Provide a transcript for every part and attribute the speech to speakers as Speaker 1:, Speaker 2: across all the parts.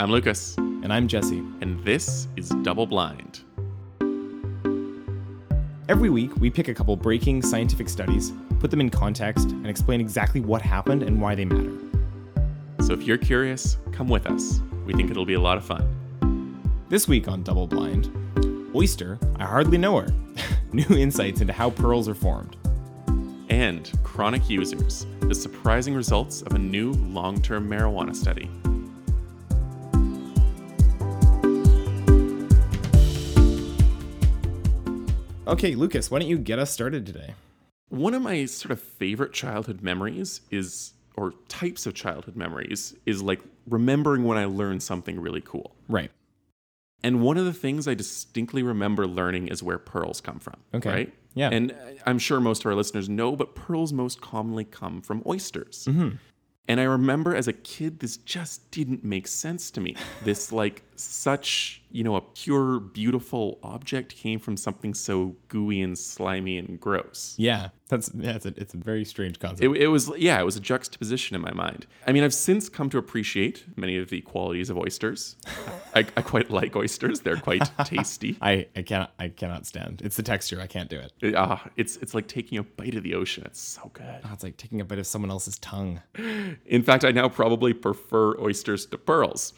Speaker 1: I'm Lucas,
Speaker 2: And I'm Jesse.
Speaker 1: and this is Double Blind.
Speaker 2: Every week, we pick a couple breaking scientific studies, put them in context, and explain exactly what happened and why they matter.
Speaker 1: So if you're curious, come with us. We think it'll be a lot of fun.
Speaker 2: This week on Double Blind Oyster, I hardly know her. New insights into how pearls are formed.
Speaker 1: And chronic users, the surprising results of a new long term marijuana study.
Speaker 2: Okay, Lucas, why don't you get us started today?
Speaker 1: One of my sort of favorite childhood memories is, or types of childhood memories, is like remembering when I learned something really cool.
Speaker 2: Right.
Speaker 1: And one of the things I distinctly remember learning is where pearls come from.
Speaker 2: Okay.
Speaker 1: Right?
Speaker 2: Yeah.
Speaker 1: And I'm sure most of our listeners know, but pearls most commonly come from oysters.
Speaker 2: Mm-hmm.
Speaker 1: And I remember as a kid, this just didn't make sense to me. This, like, such, you know, a pure, beautiful object came from something so gooey and slimy and gross.
Speaker 2: Yeah, that's yeah, it's a, it's a very strange concept.
Speaker 1: It, it was, yeah, it was a juxtaposition in my mind. I mean, I've since come to appreciate many of the qualities of oysters. I, I quite like oysters, they're quite tasty.
Speaker 2: I, I cannot I cannot stand. It's the texture. I can't do it.
Speaker 1: It- ah, it's, it's like taking a bite of the ocean. It's so good.
Speaker 2: Ah, it's like taking a bit of someone else's tongue.
Speaker 1: In fact, I now probably prefer oysters to pearls.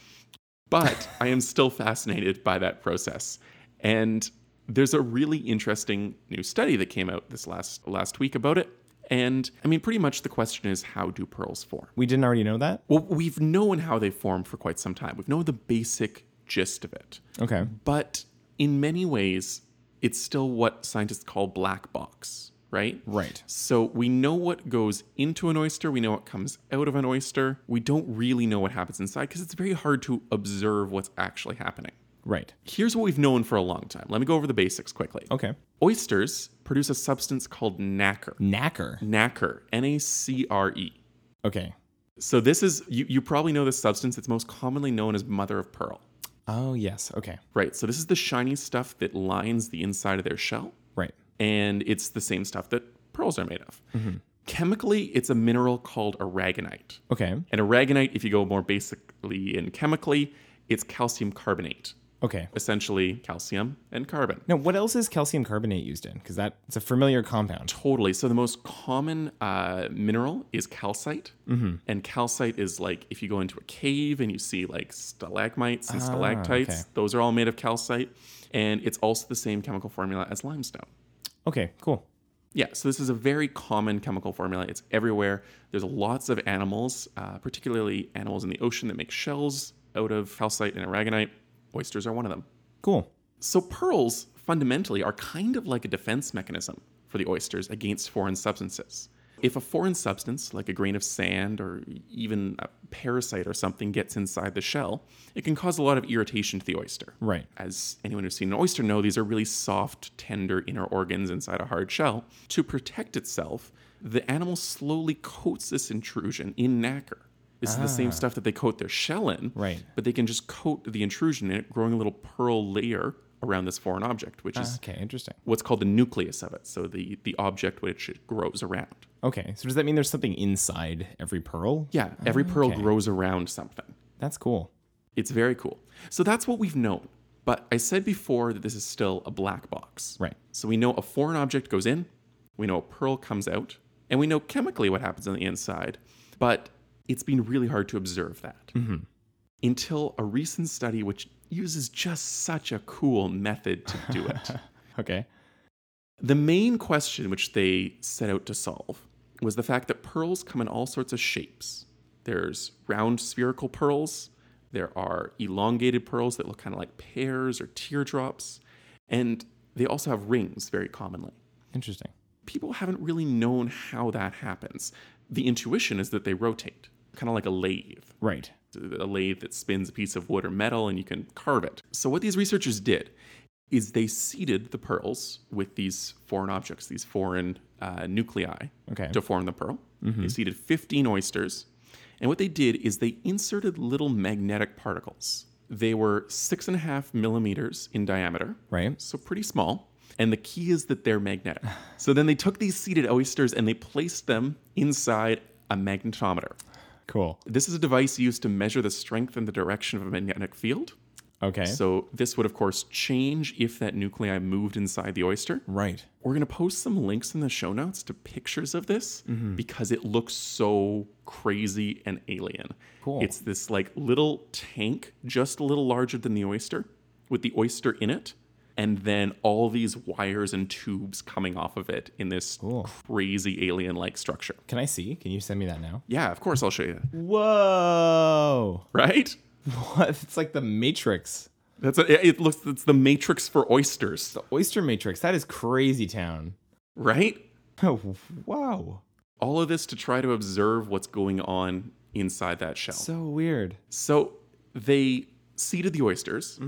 Speaker 1: But I am still fascinated by that process. And there's a really interesting new study that came out this last last week about it. And I mean, pretty much the question is how do pearls form?
Speaker 2: We didn't already know that.
Speaker 1: Well, we've known how they form for quite some time. We've known the basic gist of it.
Speaker 2: Okay.
Speaker 1: But in many ways, it's still what scientists call black box, right?
Speaker 2: Right.
Speaker 1: So we know what goes into an oyster, we know what comes out of an oyster. We don't really know what happens inside because it's very hard to observe what's actually happening.
Speaker 2: Right.
Speaker 1: Here's what we've known for a long time. Let me go over the basics quickly.
Speaker 2: Okay.
Speaker 1: Oysters produce a substance called nacre.
Speaker 2: Knacker.
Speaker 1: Nacre, N A C R E.
Speaker 2: Okay.
Speaker 1: So this is you, you probably know this substance. It's most commonly known as mother of pearl.
Speaker 2: Oh yes. Okay.
Speaker 1: Right. So this is the shiny stuff that lines the inside of their shell.
Speaker 2: Right.
Speaker 1: and it's the same stuff that pearls are made of. Chemically, it's a mineral called aragonite.
Speaker 2: Okay.
Speaker 1: And aragonite, if you go more basically in chemically, it's calcium carbonate,
Speaker 2: Okay.
Speaker 1: essentially calcium and carbon.
Speaker 2: Now, what else is calcium carbonate used in? Because that it's a familiar compound.
Speaker 1: Totally. So the most common uh, mineral is calcite, and calcite is like if you go into a cave and you see like stalagmites and stalactites,
Speaker 2: okay.
Speaker 1: those are all made of calcite, and it's also the same chemical formula as limestone.
Speaker 2: Okay, cool.
Speaker 1: Yeah, so this is a very common chemical formula. It's everywhere. There's lots of animals, uh, particularly animals in the ocean, that make shells out of calcite and aragonite. Oysters are one of them.
Speaker 2: Cool.
Speaker 1: So pearls fundamentally are kind of like a defense mechanism for the oysters against foreign substances. If a foreign substance, like a grain of sand or even a parasite or something, gets inside the shell, it can cause a lot of irritation to the oyster.
Speaker 2: Right.
Speaker 1: As anyone who's seen an oyster know, these are really soft, tender inner organs inside a hard shell. To protect itself, the animal slowly coats this intrusion in nacre. This is the same stuff that they coat their shell in,
Speaker 2: Ah. Right.
Speaker 1: but they can just coat the intrusion in it, growing a little pearl layer around this foreign object, which is
Speaker 2: Okay, interesting.
Speaker 1: what's called the nucleus of it. So the, the object which it grows around.
Speaker 2: Okay, so does that mean there's something inside every pearl?
Speaker 1: Yeah, every pearl
Speaker 2: Okay.
Speaker 1: grows around something.
Speaker 2: That's cool.
Speaker 1: It's very cool. So that's what we've known. But I said before that this is still a black box.
Speaker 2: Right.
Speaker 1: So we know a foreign object goes in, we know a pearl comes out, and we know chemically what happens on the inside. But it's been really hard to observe that until a recent study which uses just such a cool method to do it.
Speaker 2: Okay.
Speaker 1: the main question which they set out to solve was the fact that pearls come in all sorts of shapes. There's round spherical pearls, there are elongated pearls that look kind of like pears or teardrops, and they also have rings very commonly
Speaker 2: Interesting.
Speaker 1: people haven't really known how that happens. The intuition is that they rotate, kind of like a lathe,
Speaker 2: Right.
Speaker 1: a lathe that spins a piece of wood or metal and you can carve it. So, what these researchers did is they seeded the pearls with these foreign objects, these foreign uh, nuclei,
Speaker 2: Okay.
Speaker 1: to form the pearl. They seeded 15 oysters. And what they did is they inserted little magnetic particles. They were six and a half millimeters in diameter
Speaker 2: Right.
Speaker 1: so pretty small. And the key is that they're magnetic. So then they took these seeded oysters and they placed them inside a magnetometer.
Speaker 2: Cool.
Speaker 1: This is a device used to measure the strength and the direction of a magnetic field.
Speaker 2: Okay.
Speaker 1: So this would, of course, change if that nuclei moved inside the oyster.
Speaker 2: right.
Speaker 1: We're going to post some links in the show notes to pictures of this because it looks so crazy and alien.
Speaker 2: Cool.
Speaker 1: It's this like little tank, just a little larger than the oyster, with the oyster in it, and then all these wires and tubes coming off of it in this
Speaker 2: Cool.
Speaker 1: crazy alien like structure.
Speaker 2: Can I see? Can you send me that now?
Speaker 1: Yeah, of course I'll show you.
Speaker 2: Whoa.
Speaker 1: Right?
Speaker 2: What? It's like the Matrix.
Speaker 1: That's a, it looks it's the matrix for oysters,
Speaker 2: The Oyster Matrix. That is crazy town.
Speaker 1: right?
Speaker 2: wow.
Speaker 1: all of this to try to observe what's going on inside that shell. So,
Speaker 2: So weird.
Speaker 1: they seeded the oysters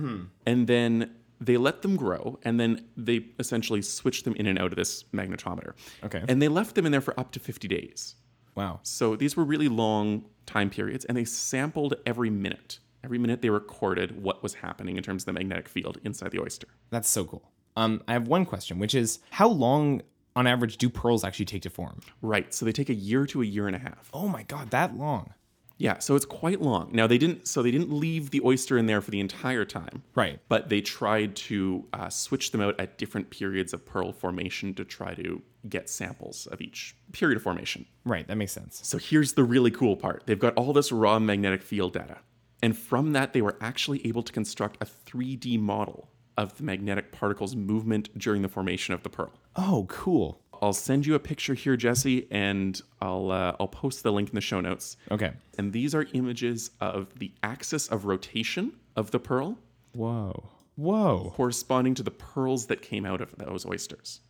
Speaker 1: and then they let them grow and then they essentially switched them in and out of this magnetometer.
Speaker 2: Okay.
Speaker 1: And they left them in there for up to 50 days.
Speaker 2: wow.
Speaker 1: So these were really long time periods and they sampled every minute. Every minute they recorded what was happening in terms of the magnetic field inside the oyster.
Speaker 2: That's so cool. Um, I have one question, which is how long on average do pearls actually take to form?
Speaker 1: Right. So they take a year to a year and a half.
Speaker 2: Oh my god, that long.
Speaker 1: Yeah, so it's quite long. Now they didn't so they didn't leave the oyster in there for the entire time.
Speaker 2: Right.
Speaker 1: but they tried to uh, switch them out at different periods of pearl formation to try to get samples of each period of formation.
Speaker 2: Right, that makes sense.
Speaker 1: So here's the really cool part they've got all this raw magnetic field data. And from that, they were actually able to construct a 3D model of the magnetic particles' movement during the formation of the pearl.
Speaker 2: Oh, cool.
Speaker 1: I'll send you a picture here, Jesse, and I'll, uh, I'll post the link in the show notes.
Speaker 2: Okay.
Speaker 1: And these are images of the axis of rotation of the pearl
Speaker 2: Whoa. Whoa.
Speaker 1: corresponding to the pearls that came out of those oysters.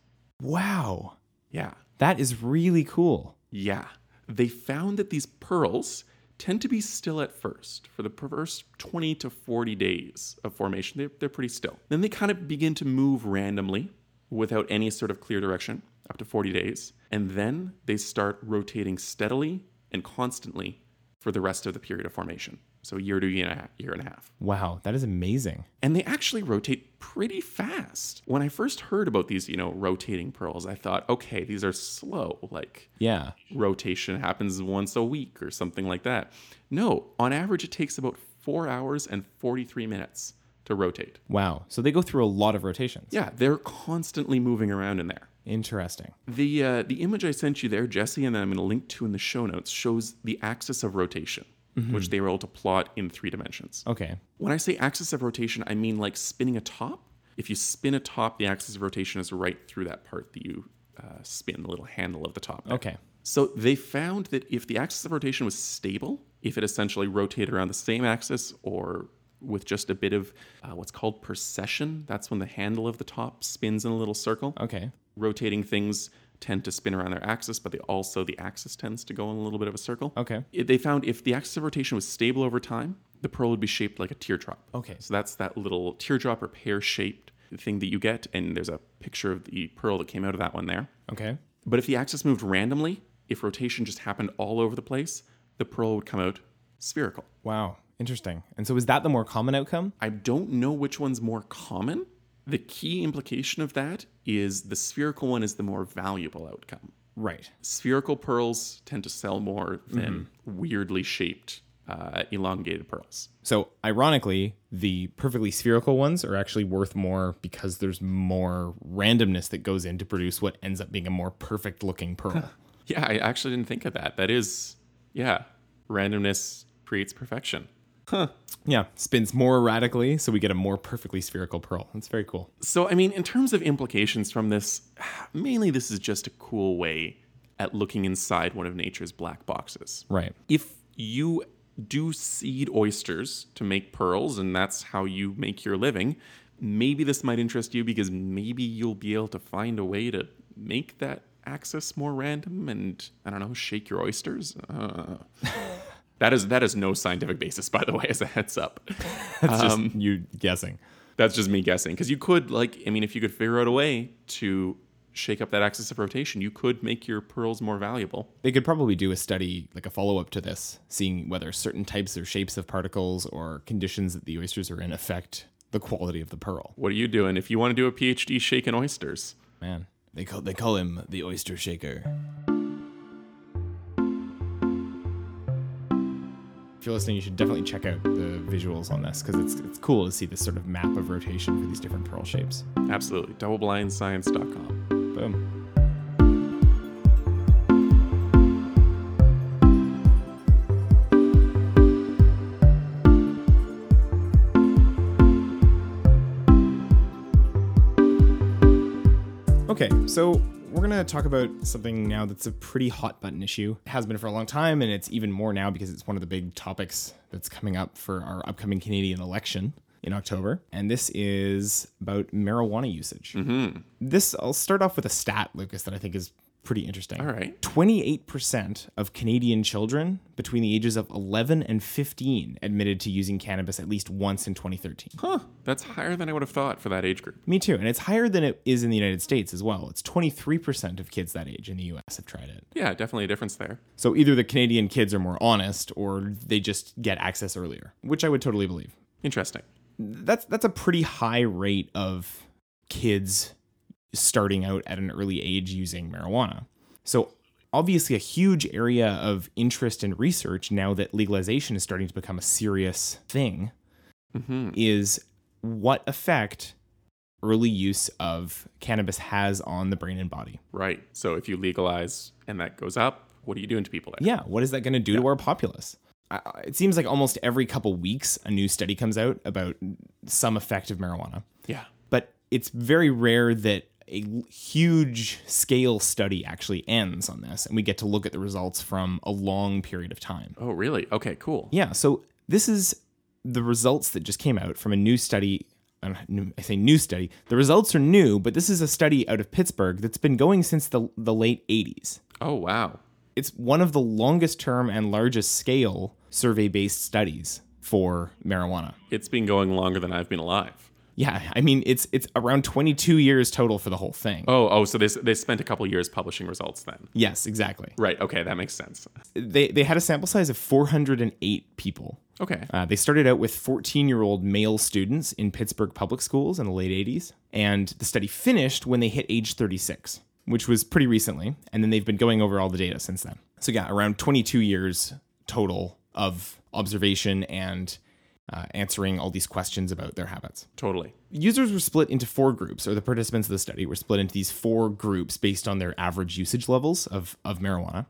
Speaker 2: Wow.
Speaker 1: Yeah.
Speaker 2: That is really cool.
Speaker 1: Yeah. They found that these pearls tend to be still at first for the first 20 to 40 days of formation. They're, they're pretty still. Then they kind of begin to move randomly without any sort of clear direction up to 40 days. And then they start rotating steadily and constantly for the rest of the period of formation. So, year to year and a half. Year and, a half.
Speaker 2: Wow, that is amazing.
Speaker 1: and they actually rotate pretty fast. When I first heard about these, you know, rotating pearls, I thought, okay, these are slow. Like,
Speaker 2: Yeah.
Speaker 1: rotation happens once a week or something like that. No, on average, it takes about four hours and 43 minutes to rotate.
Speaker 2: Wow. So they go through a lot of rotations.
Speaker 1: Yeah, they're constantly moving around in there.
Speaker 2: Interesting.
Speaker 1: The, uh, the image I sent you there, Jesse, and that I'm going to link to in the show notes, shows the axis of rotation, which they were able to plot in three dimensions.
Speaker 2: Okay.
Speaker 1: When I say axis of rotation, I mean like spinning a top. If you spin a top, the axis of rotation is right through that part that you uh, spin, the little handle of the top. there.
Speaker 2: Okay.
Speaker 1: So they found that if the axis of rotation was stable, if it essentially rotated around the same axis or with just a bit of uh, what's called precession, that's when the handle of the top spins in a little circle.
Speaker 2: Okay.
Speaker 1: Rotating things tend to spin around their axis, but they also the axis tends to go in a little bit of a circle.
Speaker 2: Okay.
Speaker 1: It- They found if the axis of rotation was stable over time, the pearl would be shaped like a teardrop.
Speaker 2: Okay.
Speaker 1: So that's that little teardrop or pear-shaped thing that you get, and there's a picture of the pearl that came out of that one there.
Speaker 2: Okay.
Speaker 1: But if the axis moved randomly, if rotation just happened all over the place, the pearl would come out spherical.
Speaker 2: Wow. Interesting. And so is that the more common outcome?
Speaker 1: I don't know which one's more common. The key implication of that is the spherical one is the more valuable outcome.
Speaker 2: Right.
Speaker 1: Spherical pearls tend to sell more than weirdly shaped, uh, elongated pearls.
Speaker 2: So ironically, the perfectly spherical ones are actually worth more because there's more randomness that goes in to produce what ends up being a more perfect looking pearl.
Speaker 1: Yeah, I actually didn't think of that. That is, yeah, randomness creates perfection.
Speaker 2: yeah, spins more erratically, so we get a more perfectly spherical pearl. That's very cool.
Speaker 1: So, I mean, in terms of implications from this, mainly this is just a cool way at looking inside one of nature's black boxes.
Speaker 2: Right.
Speaker 1: If you do seed oysters to make pearls and that's how you make your living, maybe this might interest you because maybe you'll be able to find a way to make that access more random and I don't know, shake your oysters. Uh, that is that is no scientific basis by the way as a heads up.
Speaker 2: That's just you guessing.
Speaker 1: That's just me guessing. Because you could, like, I mean, if you could figure out a way to shake up that axis of rotation, you could make your pearls more valuable.
Speaker 2: They could probably do a study, like a follow up to this, seeing whether certain types or shapes of particles or conditions that the oysters are in affect the quality of the pearl.
Speaker 1: What are you doing? If you want to do a PhD, shaking oysters.
Speaker 2: Man, they call they call him the oyster shaker. if you're listening, you should definitely check out the visuals on this because it's, it's cool to see this sort of map of rotation for these different pearl shapes.
Speaker 1: Absolutely. Doubleblindscience.com.
Speaker 2: Boom. Okay, so we're going to talk about something now that's a pretty hot button issue. It has been for a long time, and it's even more now because it's one of the big topics that's coming up for our upcoming Canadian election in October. And this is about marijuana usage.
Speaker 1: Mm-hmm.
Speaker 2: This, I'll start off with a stat, Lucas, that I think is pretty interesting.
Speaker 1: All right.
Speaker 2: 28% of Canadian children between the ages of 11 and 15 admitted to using cannabis at least once in 2013.
Speaker 1: Huh. That's higher than I would have thought for that age group.
Speaker 2: Me too. And it's higher than it is in the United States as well. It's 23% of kids that age in the US have tried it.
Speaker 1: Yeah, definitely a difference there.
Speaker 2: So either the Canadian kids are more honest or they just get access earlier, which I would totally believe.
Speaker 1: Interesting.
Speaker 2: That's that's a pretty high rate of kids starting out at an early age using marijuana. So obviously a huge area of interest and research now that legalization is starting to become a serious thing is what effect early use of cannabis has on the brain and body.
Speaker 1: Right. So if you legalize and that goes up, what are you doing to people there?
Speaker 2: Yeah, what is that going to do to our populace? I- I- It seems like almost every couple weeks a new study comes out about some effect of marijuana,
Speaker 1: Yeah.
Speaker 2: but it's very rare that a l- huge scale study actually ends on this and we get to look at the results from a long period of time.
Speaker 1: Oh, really? Okay, cool.
Speaker 2: Yeah, so this is the results that just came out from a new study. uh, new- I say new study. The results are new, but this is a study out of Pittsburgh that's been going since the, the late 80s.
Speaker 1: Oh, wow.
Speaker 2: It's one of the longest term and largest scale survey based studies for marijuana.
Speaker 1: It's been going longer than I've been alive.
Speaker 2: Yeah, I mean it's it's around 22 years total for the whole thing.
Speaker 1: Oh, oh, so they, s- they spent a couple years publishing results then.
Speaker 2: Yes, exactly.
Speaker 1: Right. Okay, that makes sense.
Speaker 2: They they had a sample size of 408 people.
Speaker 1: Okay.
Speaker 2: Uh, they started out with 14 year old male students in Pittsburgh public schools in the late 80s, and the study finished when they hit age 36, which was pretty recently. And then they've been going over all the data since then. So, yeah, around 22 years total of observation and uh, answering all these questions about their habits.
Speaker 1: Totally.
Speaker 2: Users were split into four groups, or the participants of the study were split into these four groups based on their average usage levels of, of marijuana.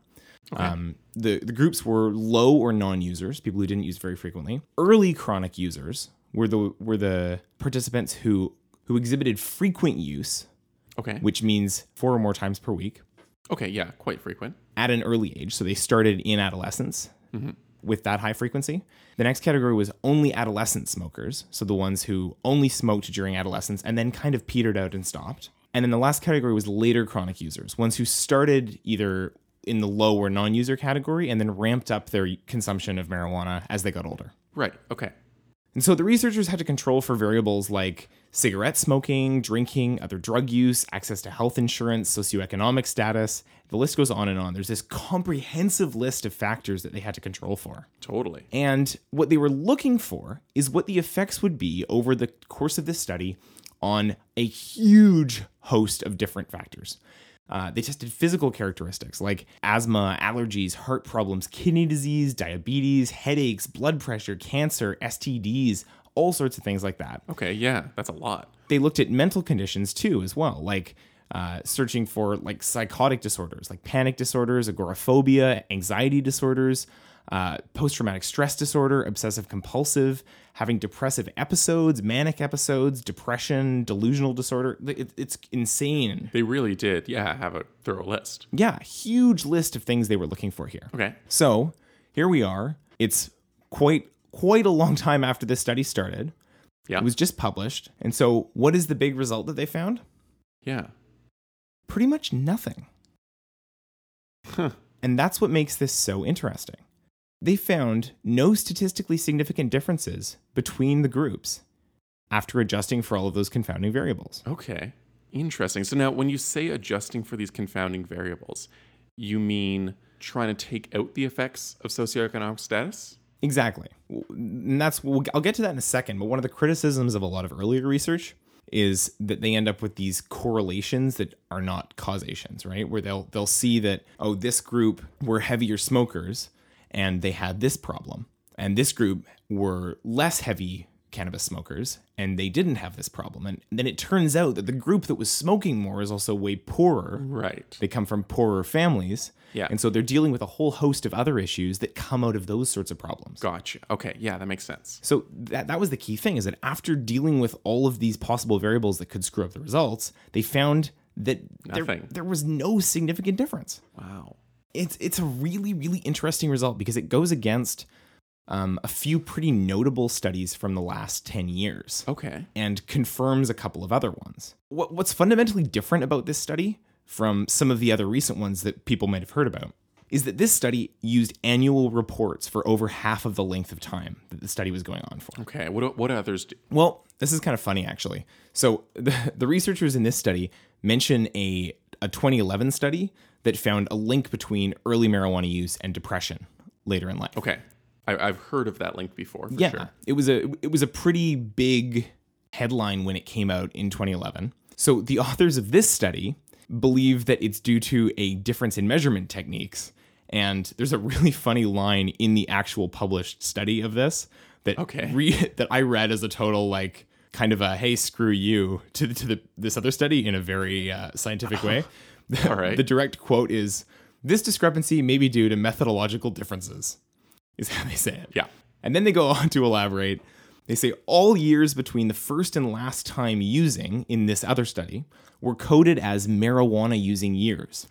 Speaker 2: Um, the, the groups were low or non-users, people who didn't use very frequently. Early chronic users were the were the participants who who exhibited frequent use,
Speaker 1: Okay.
Speaker 2: which means four or more times per week
Speaker 1: Okay, yeah, quite frequent.
Speaker 2: at an early age. So they started in adolescence with that high frequency. The next category was only adolescent smokers. So the ones who only smoked during adolescence and then kind of petered out and stopped. And then the last category was later chronic users, ones who started either in the low or non user category and then ramped up their consumption of marijuana as they got older.
Speaker 1: Right. Okay.
Speaker 2: And so the researchers had to control for variables like cigarette smoking, drinking, other drug use, access to health insurance, socioeconomic status. The list goes on and on. There's this comprehensive list of factors that they had to control for.
Speaker 1: Totally.
Speaker 2: And what they were looking for is what the effects would be over the course of this study on a huge host of different factors. Uh, they tested physical characteristics like asthma, allergies, heart problems, kidney disease, diabetes, headaches, blood pressure, cancer, STDs, all sorts of things like that
Speaker 1: Okay, yeah, that's a lot.
Speaker 2: they looked at mental conditions too as well like uh, searching for like psychotic disorders like panic disorders agoraphobia anxiety disorders uh, post-traumatic stress disorder obsessive compulsive having depressive episodes manic episodes depression delusional disorder Like, it, it's insane
Speaker 1: They really did, yeah, have a thorough list.
Speaker 2: yeah huge list of things they were looking for here
Speaker 1: Okay.
Speaker 2: so here we are. It's quite quite a long time after this study started.
Speaker 1: Yeah.
Speaker 2: It was just published. And so what is the big result that they found?
Speaker 1: Yeah.
Speaker 2: Pretty much nothing.
Speaker 1: Huh.
Speaker 2: And that's what makes this so interesting. They found no statistically significant differences between the groups after adjusting for all of those confounding variables.
Speaker 1: Okay. Interesting. So now when you say adjusting for these confounding variables, you mean trying to take out the effects of socioeconomic status?
Speaker 2: Exactly. And that's we'll, I'll get to that in a second, but one of the criticisms of a lot of earlier research is that they end up with these correlations that are not causations, right? Where they'll they'll see that oh, this group were heavier smokers and they had this problem. And this group were less heavy cannabis smokers and they didn't have this problem. And then it turns out that the group that was smoking more is also way poorer.
Speaker 1: Right.
Speaker 2: They come from poorer families.
Speaker 1: Yeah.
Speaker 2: And so they're dealing with a whole host of other issues that come out of those sorts of problems.
Speaker 1: Gotcha. Okay. Yeah, that makes sense.
Speaker 2: So that that was the key thing is that after dealing with all of these possible variables that could screw up the results, they found that there,
Speaker 1: Nothing.
Speaker 2: there was no significant difference.
Speaker 1: Wow.
Speaker 2: It's it's a really really interesting result because it goes against um, a few pretty notable studies from the last ten years
Speaker 1: Okay.
Speaker 2: and confirms a couple of other ones. What, what's fundamentally different about this study from some of the other recent ones that people might have heard about is that this study used annual reports for over half of the length of time that the study was going on for.
Speaker 1: Okay. What do, what do others do?
Speaker 2: Well, this is kind of funny actually. So the, the researchers in this study mention a a 2011 study that found a link between early marijuana use and depression later in life.
Speaker 1: Okay. I, I've heard of that link before. For
Speaker 2: Yeah,
Speaker 1: Sure.
Speaker 2: it was a it was a pretty big headline when it came out in 2011. So the authors of this study believe that it's due to a difference in measurement techniques. And there's a really funny line in the actual published study of this that
Speaker 1: Okay.
Speaker 2: re- that I read as a total like kind of a hey screw you to to the, this other study in a very uh, scientific way.
Speaker 1: All right.
Speaker 2: The direct quote is this discrepancy may be due to methodological differences is how they say it.
Speaker 1: Yeah.
Speaker 2: And then they go on to elaborate. They say all years between the first and last time using in this other study were coded as marijuana using years.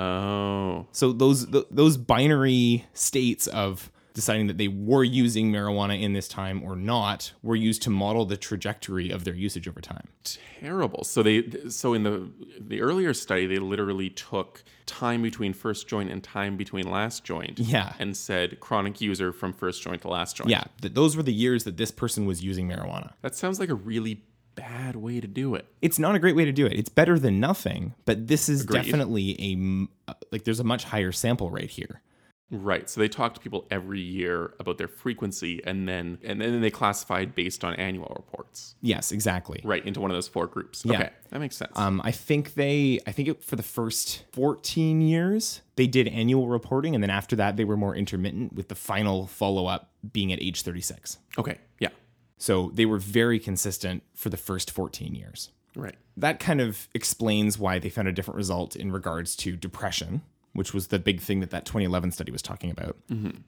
Speaker 1: Oh.
Speaker 2: So those th- those binary states of deciding that they were using marijuana in this time or not were used to model the trajectory of their usage over time.
Speaker 1: terrible. So they so in the the earlier study they literally took time between first joint and time between last joint.
Speaker 2: Yeah.
Speaker 1: And said chronic user from first joint to last joint.
Speaker 2: Yeah, th- those were the years that this person was using marijuana.
Speaker 1: That sounds like a really bad way to do it.
Speaker 2: it's not a great way to do it. It's better than nothing, but this is definitely a m- uh, like there's a much higher sample rate here.
Speaker 1: Right. So they talked to people every year about their frequency and then and then they classified based on annual reports.
Speaker 2: Yes, exactly.
Speaker 1: Right, into one of those four groups. Okay. That makes sense.
Speaker 2: Um, I think they, I think it, for the first 14 years, they did annual reporting, and then after that, they were more intermittent, with the final follow up being at age 36.
Speaker 1: okay. Yeah.
Speaker 2: So they were very consistent for the first 14 years.
Speaker 1: Right.
Speaker 2: That kind of explains why they found a different result in regards to depression, which was the big thing that that 2011 study was talking about.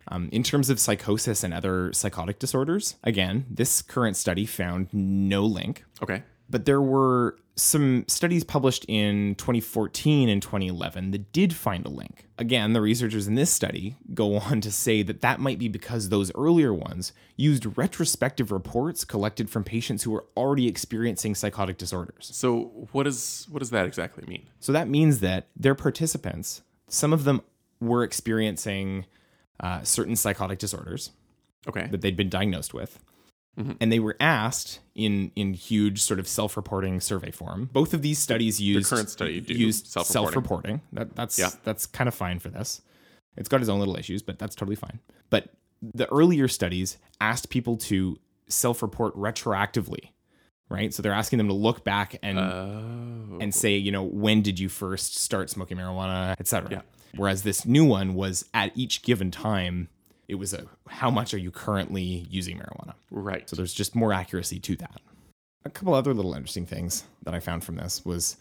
Speaker 2: Um, in terms of psychosis and other psychotic disorders, again, this current study found no link,
Speaker 1: Okay.
Speaker 2: but there were some studies published in 2014 and 2011 that did find a link. Again, the researchers in this study go on to say that that might be because those earlier ones used retrospective reports collected from patients who were already experiencing psychotic disorders.
Speaker 1: So what is what does that exactly mean?
Speaker 2: So that means that their participants, some of them were experiencing uh, certain psychotic disorders
Speaker 1: Okay.
Speaker 2: that they'd been diagnosed with.
Speaker 1: Mhm.
Speaker 2: And they were asked in in huge sort of self-reporting survey form. Both of these studies used
Speaker 1: current study do
Speaker 2: used
Speaker 1: self-reporting.
Speaker 2: self-reporting. That, that's
Speaker 1: Yeah.
Speaker 2: that's kind of fine for this. It's got its own little issues, but that's totally fine. But the earlier studies asked people to self-report retroactively, right? So they're asking them to look back and
Speaker 1: oh.
Speaker 2: and say, you know, when did you first start smoking marijuana, etc.
Speaker 1: Yeah.
Speaker 2: Whereas this new one was at each given time, it was a how much are you currently using marijuana.
Speaker 1: right.
Speaker 2: So there's just more accuracy to that. A couple other little interesting things that I found from this was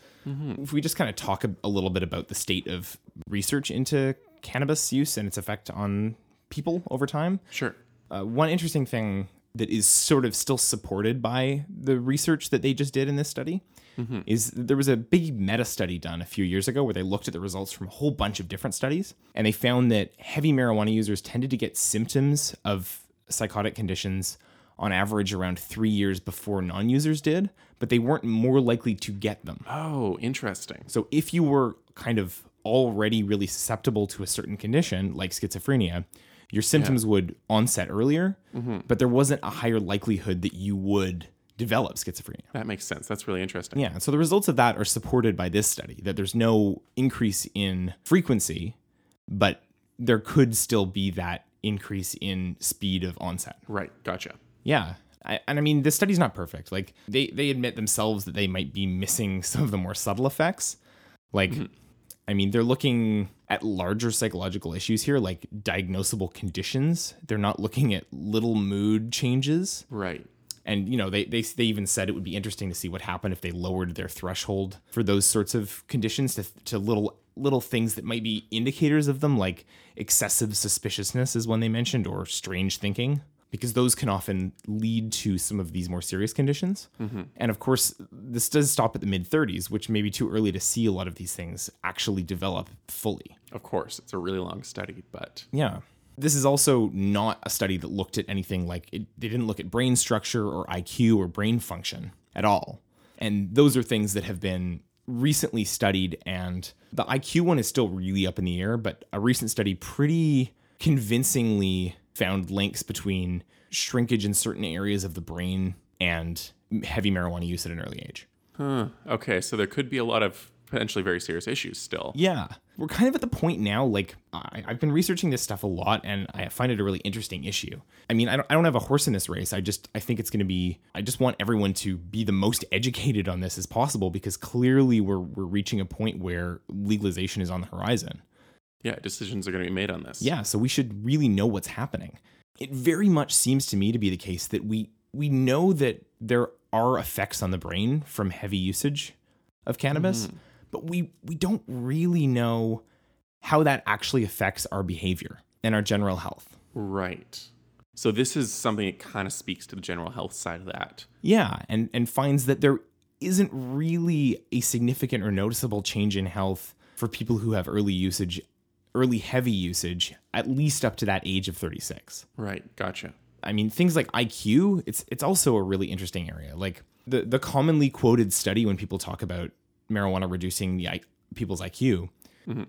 Speaker 2: if we just kind of talk a, a little bit about the state of research into cannabis use and its effect on people over time.
Speaker 1: sure.
Speaker 2: Uh, one interesting thing that is sort of still supported by the research that they just did in this study is there was a big meta study done a few years ago where they looked at the results from a whole bunch of different studies and they found that heavy marijuana users tended to get symptoms of psychotic conditions on average around three years before non users did, but they weren't more likely to get them.
Speaker 1: Oh, interesting.
Speaker 2: So if you were kind of already really susceptible to a certain condition like schizophrenia, your symptoms would onset earlier, but there wasn't a higher likelihood that you would develop schizophrenia.
Speaker 1: That makes sense. That's really interesting.
Speaker 2: Yeah, so the results of that are supported by this study that there's no increase in frequency, but there could still be that increase in speed of onset.
Speaker 1: Right. Gotcha.
Speaker 2: Yeah. I, and I mean, this study's not perfect. Like they they admit themselves that they might be missing some of the more subtle effects. Like, I I mean, they're looking at larger psychological issues here, like diagnosable conditions. They're not looking at little mood changes.
Speaker 1: Right.
Speaker 2: And, you know, they, they, they even said it would be interesting to see what happened if they lowered their threshold for those sorts of conditions to, to little little things that might be indicators of them, like excessive suspiciousness is one they mentioned, or strange thinking, because those can often lead to some of these more serious conditions. And of course, this does stop at the mid 30s, which may be too early to see a lot of these things actually develop fully.
Speaker 1: Of course, it's a really long study, but
Speaker 2: Yeah. This is also not a study that looked at anything like it, they didn't look at brain structure or IQ or brain function at all. And those are things that have been recently studied. And the IQ one is still really up in the air, but a recent study pretty convincingly found links between shrinkage in certain areas of the brain and heavy marijuana use at an early age.
Speaker 1: huh. okay. So there could be a lot of potentially very serious issues still.
Speaker 2: Yeah. We're kind of at the point now, like, I, I've been researching this stuff a lot and I find it a really interesting issue. I mean, I don't, I don't have a horse in this race. I just, I think it's going to be, I just want everyone to be the most educated on this as possible because clearly we're, we're reaching a point where legalization is on the horizon.
Speaker 1: Yeah, decisions are going to be made on this.
Speaker 2: Yeah, so we should really know what's happening. It very much seems to me to be the case that we we know that there are effects on the brain from heavy usage of cannabis, but we we don't really know how that actually affects our behavior and our general health.
Speaker 1: Right. So this is something that kind of speaks to the general health side of that.
Speaker 2: Yeah, and and finds that there isn't really a significant or noticeable change in health for people who have early usage early heavy usage at least up to that age of 36.
Speaker 1: Right. Gotcha.
Speaker 2: I mean, things like IQ, it's it's also a really interesting area. Like the the commonly quoted study when people talk about marijuana reducing the I, people's IQ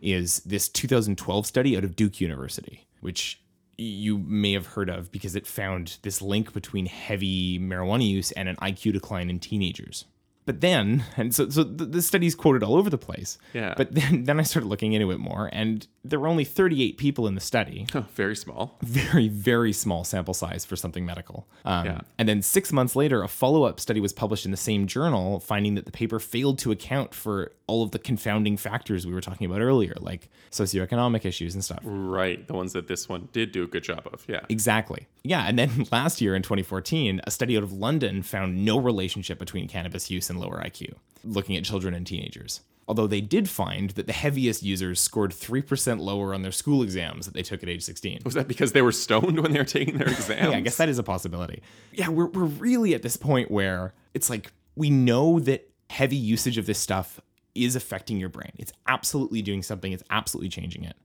Speaker 2: is this 2012 study out of Duke University, which you may have heard of because it found this link between heavy marijuana use and an IQ decline in teenagers. But then, and so so the, the study's quoted all over the place.
Speaker 1: Yeah.
Speaker 2: But then then I started looking into it more, and there were only 38 people in the study
Speaker 1: very small.
Speaker 2: very very small sample size for something medical um,
Speaker 1: Yeah.
Speaker 2: and then six months later a follow-up study was published in the same journal finding that the paper failed to account for all of the confounding factors we were talking about earlier like socioeconomic issues and stuff
Speaker 1: Right. The ones that this one did do a good job of. Yeah.
Speaker 2: exactly yeah and then last year in 2014 a study out of london found no relationship between cannabis use and lower iq looking at children and teenagers although they did find that the heaviest users scored 3% lower on their school exams that they took at age 16
Speaker 1: Was that because they were stoned when they were taking their exams?
Speaker 2: Yeah, I guess that is a possibility. Yeah, we're, we're really at this point where it's like we know that heavy usage of this stuff is affecting your brain. It's absolutely doing something, it's absolutely changing it.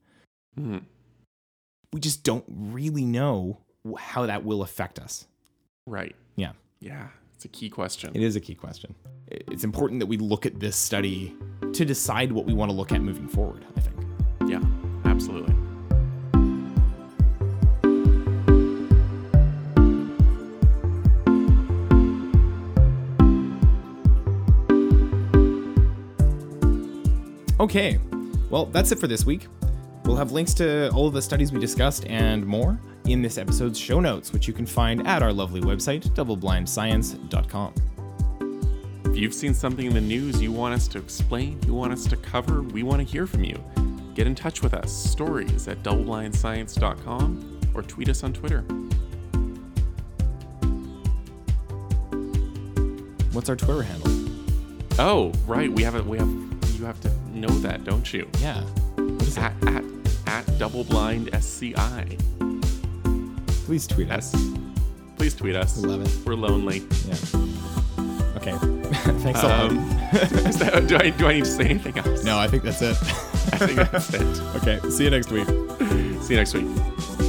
Speaker 2: Mm-hmm.
Speaker 1: Mhm.
Speaker 2: We just don't really know wh- how that will affect us.
Speaker 1: Right.
Speaker 2: Yeah,
Speaker 1: Yeah. It's a key question.
Speaker 2: it is a key question. I- It's important that we look at this study to decide what we want to look at moving forward, I think.
Speaker 1: Yeah. Absolutely.
Speaker 2: Okay. Well, that's it for this week. We'll have links to all of the studies we discussed and more in this episode's show notes, which you can find at our lovely website, doubleblindscience.com.
Speaker 1: If you've seen something in the news you want us to explain, you want us to cover, we want to hear from you. Get in touch with us. Stories at doubleblindscience.com or tweet us on Twitter.
Speaker 2: What's our Twitter handle?
Speaker 1: Oh, right. We have a we have you have to know that, don't you?
Speaker 2: Yeah. Ah, What is it?
Speaker 1: At at at double blind SCI.
Speaker 2: Please tweet us.
Speaker 1: Yes. Please tweet us.
Speaker 2: Love it.
Speaker 1: We're lonely.
Speaker 2: Yeah. Okay. Thanks a lot.
Speaker 1: Um, is that- do, I, do I need to say anything else?
Speaker 2: No, I think that's it.
Speaker 1: I think that's it.
Speaker 2: okay. See you next week.
Speaker 1: See you next week.